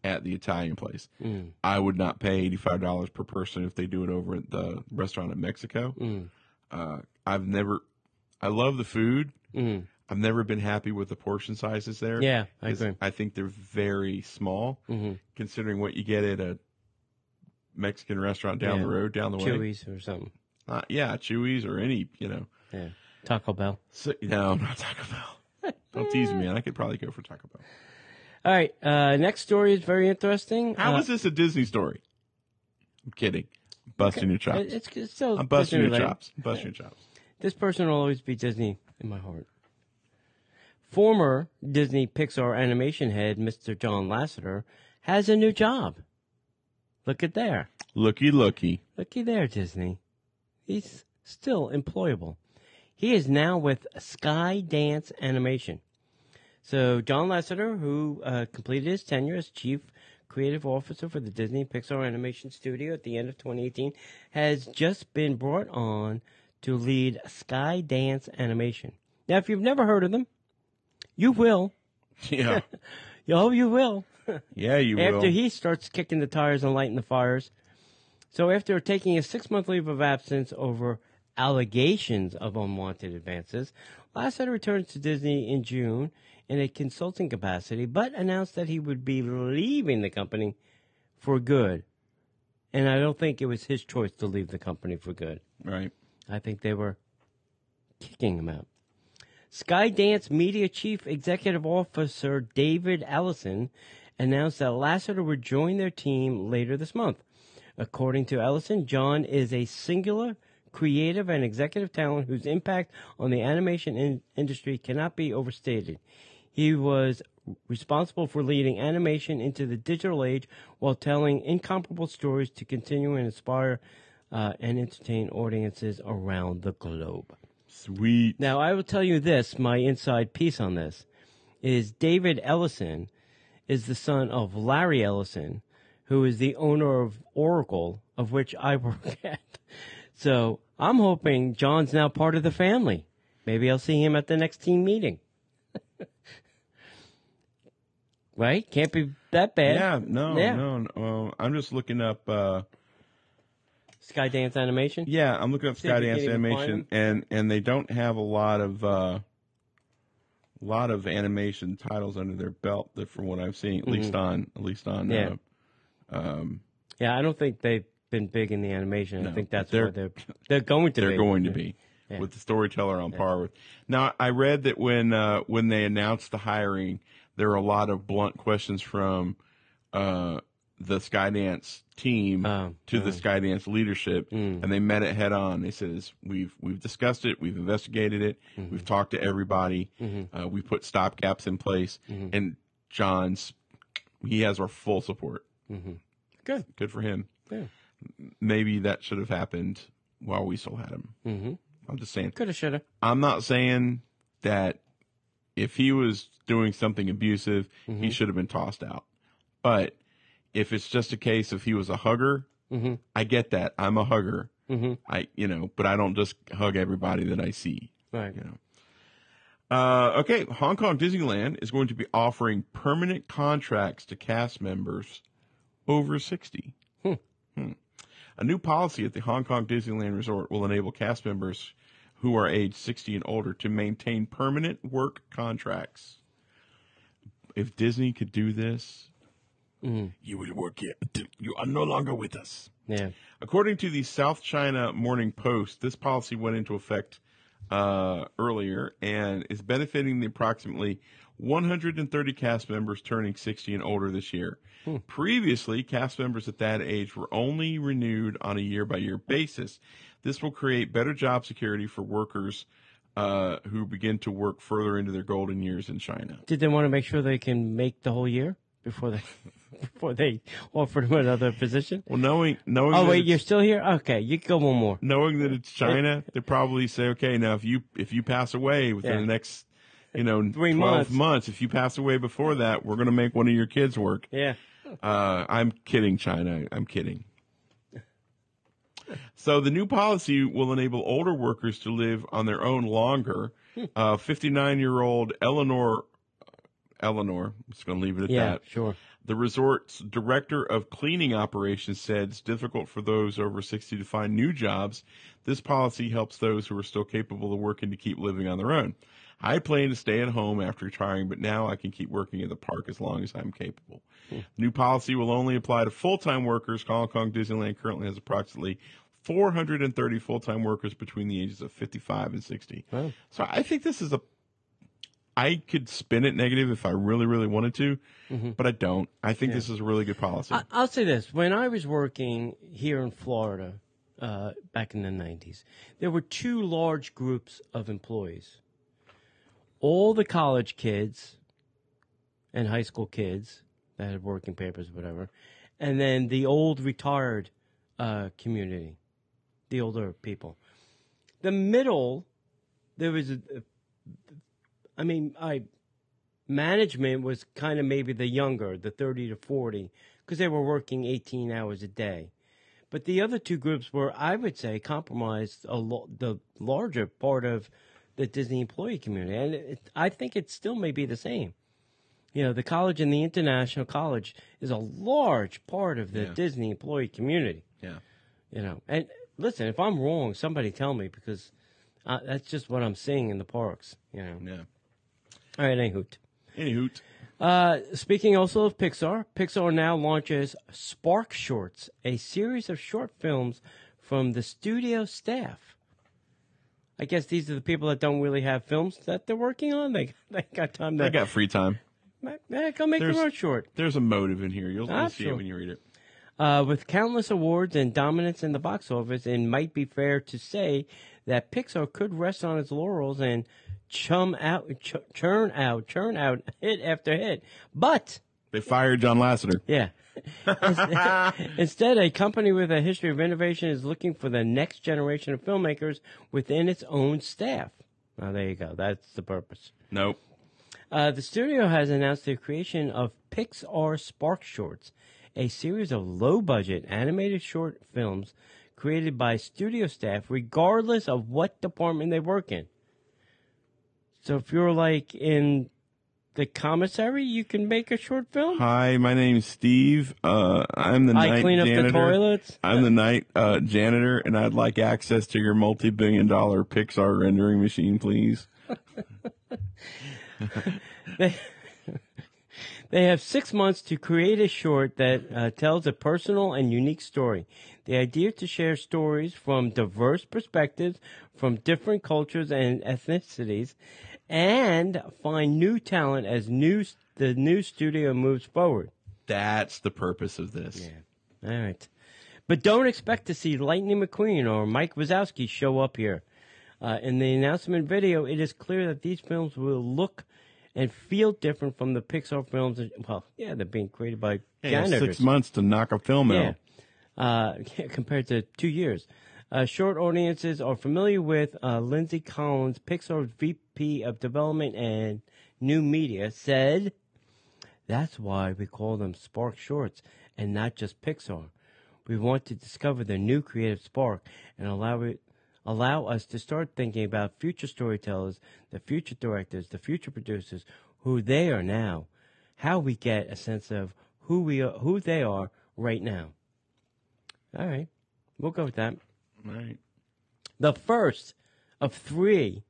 Speaker 1: at the Italian place.
Speaker 2: Mm.
Speaker 1: I would not pay 85 dollars per person if they do it over at the restaurant in Mexico.
Speaker 2: Mm.
Speaker 1: Uh, I've never, I love the food.
Speaker 2: Mm.
Speaker 1: I've never been happy with the portion sizes there.
Speaker 2: Yeah. I
Speaker 1: is-
Speaker 2: agree.
Speaker 1: I think they're very small,
Speaker 2: Mm-hmm.
Speaker 1: considering what you get at a Mexican restaurant down
Speaker 2: Yeah.
Speaker 1: the road, down the way.
Speaker 2: Chewies or something.
Speaker 1: Uh, yeah, Chewy's or any, you know.
Speaker 2: Yeah. Taco Bell.
Speaker 1: So, no, not Taco Bell. Don't tease me, man. I could probably go for Taco Bell.
Speaker 2: All right. Uh, next story is very interesting.
Speaker 1: How
Speaker 2: Uh,
Speaker 1: is this a Disney story? I'm kidding. I'm busting your chops.
Speaker 2: It- It's, it's still
Speaker 1: I'm busting your
Speaker 2: Disney-related.
Speaker 1: chops. I'm busting your chops.
Speaker 2: This person will always be Disney in my heart. Former Disney Pixar animation head Mr. John Lasseter has a new job. Look at there.
Speaker 1: Looky, looky.
Speaker 2: Looky there, Disney. He's still employable. He is now with Skydance Animation. So, John Lasseter, who uh, completed his tenure as chief creative officer for the Disney Pixar Animation Studio at the end of 2018, has just been brought on to lead Skydance Animation. Now, if you've never heard of them, you will.
Speaker 1: Yeah.
Speaker 2: Oh, you will
Speaker 1: Yeah, you
Speaker 2: after
Speaker 1: will.
Speaker 2: he starts kicking the tires and lighting the fires. So after taking a six-month leave of absence over allegations of unwanted advances, Lasseter returns to Disney in June in a consulting capacity, but announced that he would be leaving the company for good. And I don't think it was his choice to leave the company for good.
Speaker 1: right.
Speaker 2: I think they were kicking him out. Skydance Media Chief Executive Officer David Ellison announced that Lasseter would join their team later this month. According to Ellison, John is a singular, creative, and executive talent whose impact on the animation in- industry cannot be overstated. He was responsible for leading animation into the digital age while telling incomparable stories to continue and inspire uh, and entertain audiences around the globe.
Speaker 1: Sweet.
Speaker 2: Now, I will tell you this my inside piece on this is David Ellison is the son of Larry Ellison, who is the owner of Oracle, of which I work at. So I'm hoping John's now part of the family. Maybe I'll see him at the next team meeting. right? Can't be that bad.
Speaker 1: Yeah, no,
Speaker 2: Yeah.
Speaker 1: no. no. Uh, I'm just looking up. Uh,
Speaker 2: Skydance Animation?
Speaker 1: Yeah, I'm looking up
Speaker 2: See if you can
Speaker 1: Skydance
Speaker 2: even find
Speaker 1: animation, and and they don't have a lot of uh, lot of animation titles under their belt. That from what I've seen, at least on at least on
Speaker 2: Mm-hmm. Yeah.
Speaker 1: uh, um,
Speaker 2: Yeah, I don't think they've been big in the animation. I
Speaker 1: No,
Speaker 2: think
Speaker 1: but
Speaker 2: that's
Speaker 1: they're-
Speaker 2: where they're they're going to
Speaker 1: they're
Speaker 2: be.
Speaker 1: going to be
Speaker 2: Yeah.
Speaker 1: with the storyteller on par with. Now I read that when uh, when they announced the hiring, there were a lot of blunt questions from uh, the Skydance team
Speaker 2: Oh, Mm.
Speaker 1: to the Skydance leadership,
Speaker 2: Mm-hmm.
Speaker 1: and they met it head on. They says we've we've discussed it, we've investigated it,
Speaker 2: Mm-hmm.
Speaker 1: we've talked to everybody, uh, we put stopgaps in place, and John's he has our full support.
Speaker 2: Mm-hmm. Good.
Speaker 1: Good for him.
Speaker 2: Yeah.
Speaker 1: Maybe that should have happened while we still had him.
Speaker 2: Mm-hmm.
Speaker 1: I'm just saying.
Speaker 2: Coulda, shoulda.
Speaker 1: I'm not saying that if he was doing something abusive,
Speaker 2: Mm-hmm.
Speaker 1: he should have been tossed out. But if it's just a case of he was a hugger,
Speaker 2: Mhm.
Speaker 1: I get that. I'm a hugger.
Speaker 2: Mhm.
Speaker 1: I, you know, but I don't just hug everybody that I see.
Speaker 2: Right.
Speaker 1: You know. Uh, okay, Hong Kong Disneyland is going to be offering permanent contracts to cast members over 60.
Speaker 2: Hmm.
Speaker 1: Hmm. A new policy at the Hong Kong Disneyland Resort will enable cast members who are age 60 and older to maintain permanent work contracts. If Disney could do this, you will work here until you are no longer with us.
Speaker 2: Yeah.
Speaker 1: According to the South China Morning Post, this policy went into effect uh, earlier and is benefiting the approximately 130 cast members turning 60 and older this year.
Speaker 2: Hmm.
Speaker 1: Previously, cast members at that age were only renewed on a year by year basis. This will create better job security for workers uh, who begin to work further into their golden years in China.
Speaker 2: Did they want to make sure they can make the whole year before they before they offered him another position?
Speaker 1: Well, knowing knowing
Speaker 2: Oh
Speaker 1: that
Speaker 2: wait,
Speaker 1: it's-
Speaker 2: you're still here? Okay, you can go one more.
Speaker 1: knowing that it's China, they probably say, okay, now if you if you pass away within
Speaker 2: Yeah.
Speaker 1: the next, you know,
Speaker 2: Three
Speaker 1: twelve
Speaker 2: months.
Speaker 1: if you pass away before that, we're gonna make one of your kids work.
Speaker 2: Yeah.
Speaker 1: Uh, I'm kidding, China. I'm kidding. So the new policy will enable older workers to live on their own longer.
Speaker 2: Hmm.
Speaker 1: Uh, 59-year-old Eleanor, Eleanor, I'm just gonna leave it at
Speaker 2: Yeah.
Speaker 1: that.
Speaker 2: Sure.
Speaker 1: The resort's director of cleaning operations said it's difficult for those over 60 to find new jobs. This policy helps those who are still capable of working to keep living on their own. I plan to stay at home after retiring, but now I can keep working at the park as long as I'm capable. New policy will only apply to full-time workers. Hong Kong Disneyland currently has approximately 430 full-time workers between the ages of 55 and 60.
Speaker 2: Wow.
Speaker 1: So I think this is a I could spin it negative if I really, really wanted to,
Speaker 2: Mm-hmm.
Speaker 1: but I don't. I think this is a really good policy.
Speaker 2: I, I'll say this: when I was working here in Florida uh, back in the '90s, there were two large groups of employees. All the college kids and high school kids that had working papers, or whatever, and then the old retired uh, community, the older people. The middle, there was, a, I mean, I management was kind of maybe the younger, the 30 to 40, because they were working 18 hours a day. But the other two groups were, I would say, compromised a lo- the larger part of the Disney employee community. And it, I think it still may be the same. You know, the college and the international college is a large part of the
Speaker 1: Yeah.
Speaker 2: Disney employee community.
Speaker 1: yeah.
Speaker 2: You know, and listen, if I'm wrong, somebody tell me because uh, that's just what I'm seeing in the parks. You know,
Speaker 1: Yeah.
Speaker 2: all right, any hoot.
Speaker 1: Anywho,
Speaker 2: Uh, speaking also of Pixar, Pixar now launches Spark Shorts, a series of short films from the studio staff. I guess these are the people that don't really have films that they're working on. They they got time
Speaker 1: I
Speaker 2: to
Speaker 1: got free time.
Speaker 2: Ma- ma- go make
Speaker 1: There's-
Speaker 2: their own short.
Speaker 1: There's a motive in here. You'll, you'll see it
Speaker 2: Absolutely.
Speaker 1: when you read it.
Speaker 2: Uh, with countless awards and dominance in the box office, it might be fair to say that Pixar could rest on its laurels and chum out, ch- churn out, churn out hit after hit. But
Speaker 1: They fired John Lasseter.
Speaker 2: Yeah. Instead, a company with a history of innovation is looking for the next generation of filmmakers within its own staff. Now, there you go. That's the purpose.
Speaker 1: Nope.
Speaker 2: Uh, the studio has announced the creation of Pixar Spark Shorts, a series of low budget animated short films created by studio staff, regardless of what department they work in. So, if you're like in the commissary, you can make a short film.
Speaker 1: Hi, my name's Steve. Uh, I'm the
Speaker 2: I
Speaker 1: night
Speaker 2: clean up
Speaker 1: janitor.
Speaker 2: the toilets.
Speaker 1: I'm the night uh, janitor, and I'd like access to your multi-billion dollar Pixar rendering machine, please.
Speaker 2: They have six months to create a short that uh, tells a personal and unique story. The idea to share stories from diverse perspectives, from different cultures and ethnicities, and find new talent as new the new studio moves forward.
Speaker 1: That's the purpose of this.
Speaker 2: All right. But don't expect to see Lightning McQueen or Mike Wazowski show up here. Uh, in the announcement video, it is clear that these films will look and feel different from the Pixar films. that- Well, yeah, they're being created by
Speaker 1: Hey, you have
Speaker 2: janitors.
Speaker 1: six months to knock a film
Speaker 2: yeah.
Speaker 1: out.
Speaker 2: Uh, compared to two years. Uh, short audiences are familiar with uh, Lindsay Collins, Pixar's VP of Development and New Media, said, That's why we call them Spark Shorts and not just Pixar. We want to discover the new creative spark and allow it allow us to start thinking about future storytellers, the future directors, the future producers, who they are now, how we get a sense of who we are, who they are right now. All right, we'll go with that
Speaker 1: Right.
Speaker 2: the first of three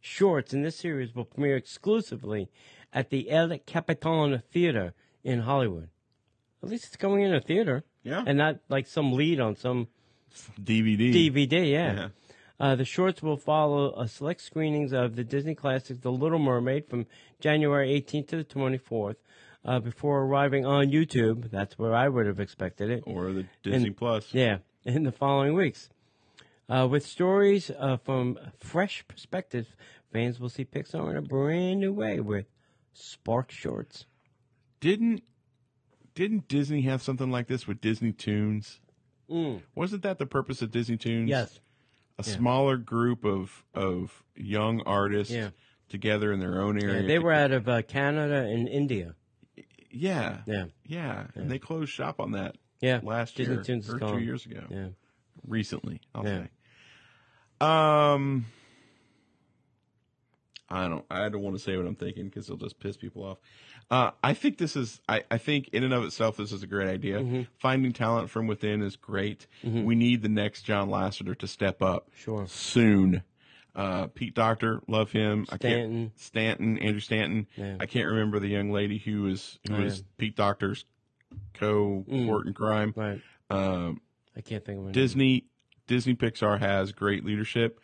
Speaker 2: shorts in this series will premiere exclusively at the El Capitan Theater in Hollywood. At least it's going in a theater
Speaker 1: Yeah.
Speaker 2: and not like some lead on some
Speaker 1: DVD.
Speaker 2: DVD. Yeah.
Speaker 1: Yeah.
Speaker 2: Uh, the shorts will follow a select screenings of the Disney classics The Little Mermaid from January 18th to the 24th uh, before arriving on YouTube. That's where I would have expected it.
Speaker 1: Or the Disney Plus.
Speaker 2: Yeah, in the following weeks. Uh, with stories uh, from fresh perspectives, fans will see Pixar in a brand new way with Spark Shorts.
Speaker 1: Didn't didn't Disney have something like this with Disney Tunes? Wasn't that the purpose of Disney Tunes?
Speaker 2: Mm, Yes.
Speaker 1: A smaller group of of young artists
Speaker 2: Yeah.
Speaker 1: together in their own area.
Speaker 2: Yeah, they were out of uh, Canada and India.
Speaker 1: Yeah.
Speaker 2: Yeah.
Speaker 1: Yeah. And they closed shop on that
Speaker 2: Yeah.
Speaker 1: last
Speaker 2: Disney
Speaker 1: year
Speaker 2: Tunes is
Speaker 1: or two
Speaker 2: gone.
Speaker 1: years ago.
Speaker 2: Yeah.
Speaker 1: Recently, I'll
Speaker 2: Yeah.
Speaker 1: say. Um I don't I don't want to say what I'm thinking because it'll just piss people off. Uh, I think this is I, I think in and of itself this is a great idea.
Speaker 2: Mm-hmm.
Speaker 1: Finding talent from within is great. We need the next John Lasseter to step up
Speaker 2: Sure.
Speaker 1: soon. Uh, Pete Doctor, love him. I
Speaker 2: Stanton.
Speaker 1: can't, Stanton, Andrew Stanton.
Speaker 2: Yeah.
Speaker 1: I can't remember the young lady who was who
Speaker 2: Oh,
Speaker 1: was
Speaker 2: yeah.
Speaker 1: Pete Doctor's co
Speaker 2: Mm.
Speaker 1: court in crime.
Speaker 2: Right.
Speaker 1: Um,
Speaker 2: I can't think of it.
Speaker 1: Disney Disney Pixar has great leadership,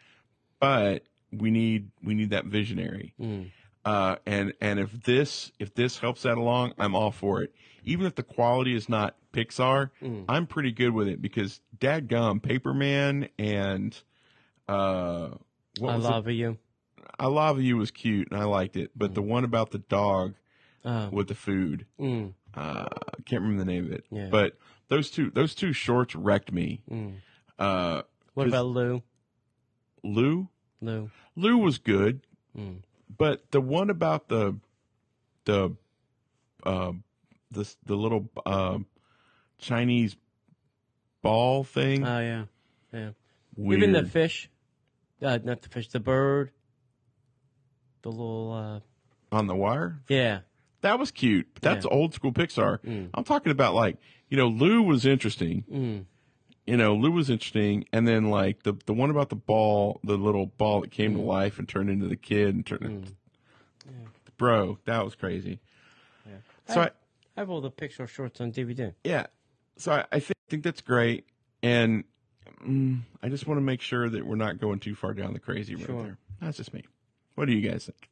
Speaker 1: but we need we need that visionary.
Speaker 2: Mm.
Speaker 1: Uh, and and if this if this helps that along, I'm all for it. Even if the quality is not Pixar,
Speaker 2: Mm.
Speaker 1: I'm pretty good with it because Dadgum, Paperman, and uh, what
Speaker 2: I
Speaker 1: was
Speaker 2: love you.
Speaker 1: it? I Love You was cute and I liked it, but the
Speaker 2: Mm.
Speaker 1: one about the dog
Speaker 2: Uh,
Speaker 1: with the food,
Speaker 2: mm,
Speaker 1: uh, I can't remember the name of it.
Speaker 2: Yeah.
Speaker 1: But those two those two shorts wrecked me.
Speaker 2: mm.
Speaker 1: Uh,
Speaker 2: What
Speaker 1: 'Cause-
Speaker 2: about Lou?
Speaker 1: Lou.
Speaker 2: Lou.
Speaker 1: Lou was good,
Speaker 2: Mm.
Speaker 1: but the one about the the uh, the the little uh, Chinese ball thing.
Speaker 2: Oh, yeah. Yeah.
Speaker 1: Mm. weird.
Speaker 2: Even the fish. Uh, not the fish, the bird. The little, uh,
Speaker 1: on the wire.
Speaker 2: yeah.
Speaker 1: That was cute. but That's
Speaker 2: Yeah. Hmm.
Speaker 1: old school Pixar. I'm talking about like you know Lou was interesting.
Speaker 2: Mm.
Speaker 1: You know Lou was interesting, and then like the the one about the ball, the little ball that came to
Speaker 2: Hmm.
Speaker 1: life and turned into the kid and turned. Bro, that was crazy. So I,
Speaker 2: I have all the Pixar shorts on DVD.
Speaker 1: Yeah. So I, I think, think that's great. And mm, I just want to make sure that we're not going too far down the crazy road
Speaker 2: Sure.
Speaker 1: there. That's just me. What do you guys think?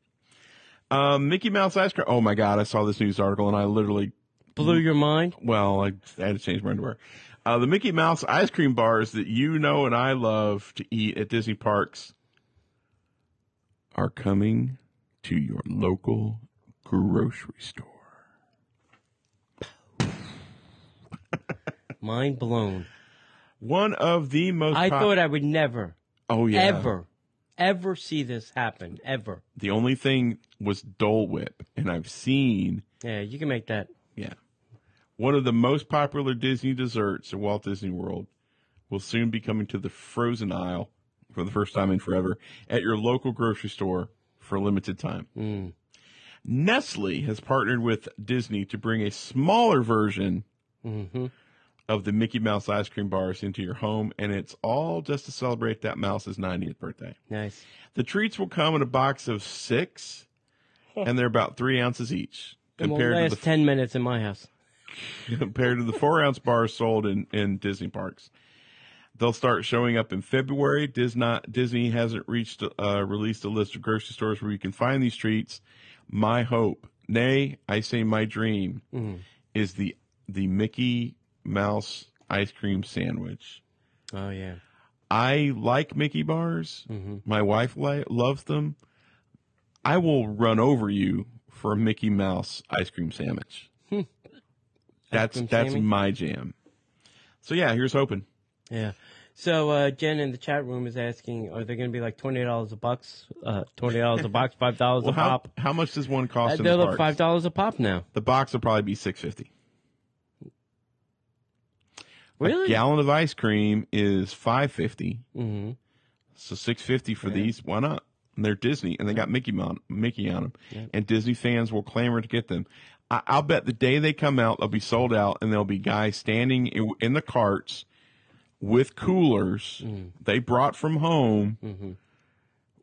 Speaker 1: Um, Mickey Mouse ice cream. Oh my God. I saw this news article and I literally,
Speaker 2: Blew your mind?
Speaker 1: well, I had to change my underwear. Uh, the Mickey Mouse ice cream bars that you know and I love to eat at Disney parks are coming to your local grocery store.
Speaker 2: Mind blown.
Speaker 1: One of the most.
Speaker 2: I
Speaker 1: pop-
Speaker 2: thought I would never,
Speaker 1: Oh yeah.
Speaker 2: ever, ever see this happen. Ever.
Speaker 1: The only thing was Dole Whip, and I've seen
Speaker 2: Yeah, you can make that.
Speaker 1: yeah one of the most popular Disney desserts at Walt Disney World will soon be coming to the frozen aisle for the first time in forever at your local grocery store for a limited time. Nestle has partnered with Disney to bring a smaller version
Speaker 2: Mm-hmm.
Speaker 1: of the Mickey Mouse ice cream bars into your home, and it's all just to celebrate that mouse's 90th birthday.
Speaker 2: Nice.
Speaker 1: The treats will come in a box of six, and they're about three ounces each.
Speaker 2: It will last
Speaker 1: Compared to,
Speaker 2: 10 minutes in my house.
Speaker 1: the, compared to the four ounce bars sold in, in Disney parks. They'll start showing up in February. Dis- not- Disney hasn't reached uh, released a list of grocery stores where you can find these treats. My hope, nay, I say my dream, is the the Mickey Mouse ice cream sandwich.
Speaker 2: Oh, yeah.
Speaker 1: I like Mickey bars.
Speaker 2: Mm-hmm.
Speaker 1: My wife li- loves them. I will run over you for a Mickey Mouse ice cream sandwich. that's
Speaker 2: cream
Speaker 1: that's
Speaker 2: sandwich?
Speaker 1: my jam. So yeah, here's hoping.
Speaker 2: Yeah. So uh, Jen in the chat room is asking, are they going to be like twenty dollars a box, uh, twenty dollars a box, five dollars
Speaker 1: Well,
Speaker 2: a
Speaker 1: how,
Speaker 2: pop?
Speaker 1: how much does one
Speaker 2: Uh,
Speaker 1: cost in
Speaker 2: they're
Speaker 1: the
Speaker 2: like
Speaker 1: parks?
Speaker 2: five dollars a pop now.
Speaker 1: The box will probably be six fifty.
Speaker 2: Really?
Speaker 1: A gallon of ice cream is five fifty.
Speaker 2: hmm
Speaker 1: So six fifty for
Speaker 2: Yeah.
Speaker 1: these. Why not? And they're Disney, and they got Mickey on Mickey on them,
Speaker 2: Yeah.
Speaker 1: and Disney fans will clamor to get them. I, I'll bet the day they come out, they'll be sold out, and there'll be guys standing in, in the carts with coolers
Speaker 2: Mm.
Speaker 1: they brought from home
Speaker 2: Mhm.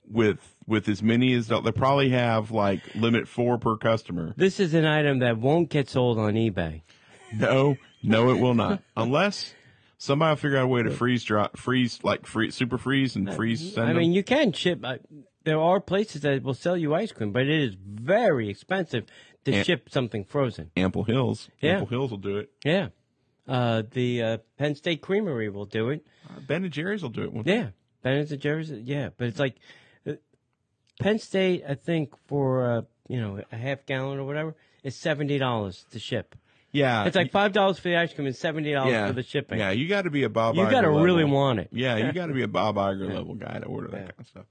Speaker 1: with with as many as they'll- they probably have like limit four per customer.
Speaker 2: This is an item that won't get sold on eBay.
Speaker 1: No, no, it will not. Unless somebody will figure out a way to freeze drop, freeze like free, super freeze and freeze. Send
Speaker 2: I
Speaker 1: them.
Speaker 2: mean, you can ship. Uh, there are places that will sell you ice cream, but it is very expensive to
Speaker 1: Yeah.
Speaker 2: ship something frozen.
Speaker 1: Ample Hills,
Speaker 2: Yeah.
Speaker 1: Ample Hills will do it.
Speaker 2: Yeah. Uh, the uh, Penn State Creamery will do it.
Speaker 1: Ben and Jerry's will do it. One
Speaker 2: Yeah, Ben and Jerry's. Yeah, but it's like uh, Penn State. I think for uh, you know a half gallon or whatever is seventy dollars to ship.
Speaker 1: yeah.
Speaker 2: It's like five dollars for the ice cream and seventy dollars
Speaker 1: Uh, yeah,
Speaker 2: for the shipping.
Speaker 1: Yeah, you got to be a Bob.
Speaker 2: you
Speaker 1: Iger
Speaker 2: got to
Speaker 1: level.
Speaker 2: really want it.
Speaker 1: Yeah, you got to be a Bob Iger level guy to order that kind of stuff.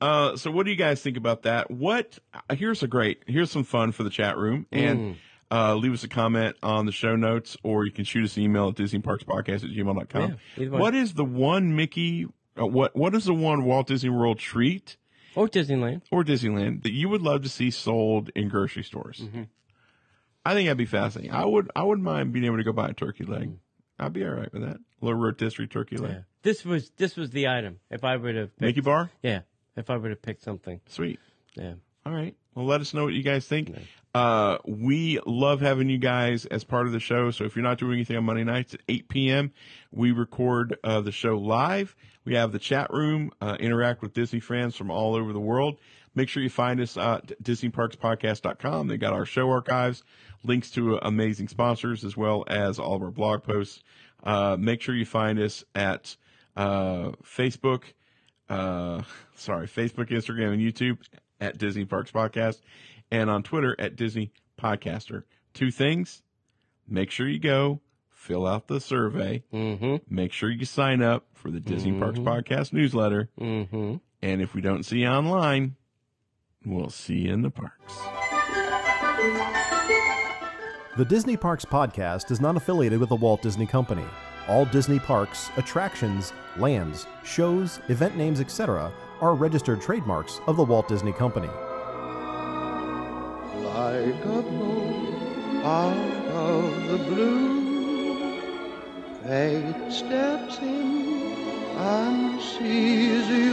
Speaker 1: Uh, so what do you guys think about that? What uh, here's a great here's some fun for the chat room
Speaker 2: Mm.
Speaker 1: and uh, leave us a comment on the show notes or you can shoot us an email at disneyparkspodcast at gmail.com.
Speaker 2: Yeah, either one.
Speaker 1: what is the one Mickey? Uh, what what is the one Walt Disney World treat
Speaker 2: Or Disneyland.
Speaker 1: or Disneyland that you would love to see sold in grocery stores?
Speaker 2: Mm-hmm.
Speaker 1: I think that'd be fascinating. I would I wouldn't mind being able to go buy a turkey leg. I'd be all right with that. A little rotisserie turkey leg.
Speaker 2: Mm. Yeah. This was this was the item. If I would have picked,
Speaker 1: Mickey bar.
Speaker 2: yeah, if I would have picked something,
Speaker 1: Sweet.
Speaker 2: yeah.
Speaker 1: All right. Well, let us know what you guys think. Uh, we love having you guys as part of the show. So if you're not doing anything on Monday nights at 8 p.m., we record uh, the show live. We have the chat room, uh, interact with Disney fans from all over the world. Make sure you find us at DisneyParksPodcast.com. They got our show archives, links to uh, amazing sponsors, as well as all of our blog posts. Uh, make sure you find us at uh, Facebook uh, sorry, Facebook, Instagram, and YouTube at Disney Parks Podcast, and on Twitter at Disney Podcaster. Two things: make sure you go fill out the survey,
Speaker 2: Mm-hmm.
Speaker 1: make sure you sign up for the Disney Parks Podcast newsletter,
Speaker 2: Mm-hmm.
Speaker 1: and if we don't see you online, we'll see you in the parks.
Speaker 3: The Disney Parks Podcast is not affiliated with the Walt Disney Company. All Disney parks, attractions, lands, shows, event names, etc., are registered trademarks of the Walt Disney Company.
Speaker 4: like a bolt out of the blue. Fate steps in and sees you.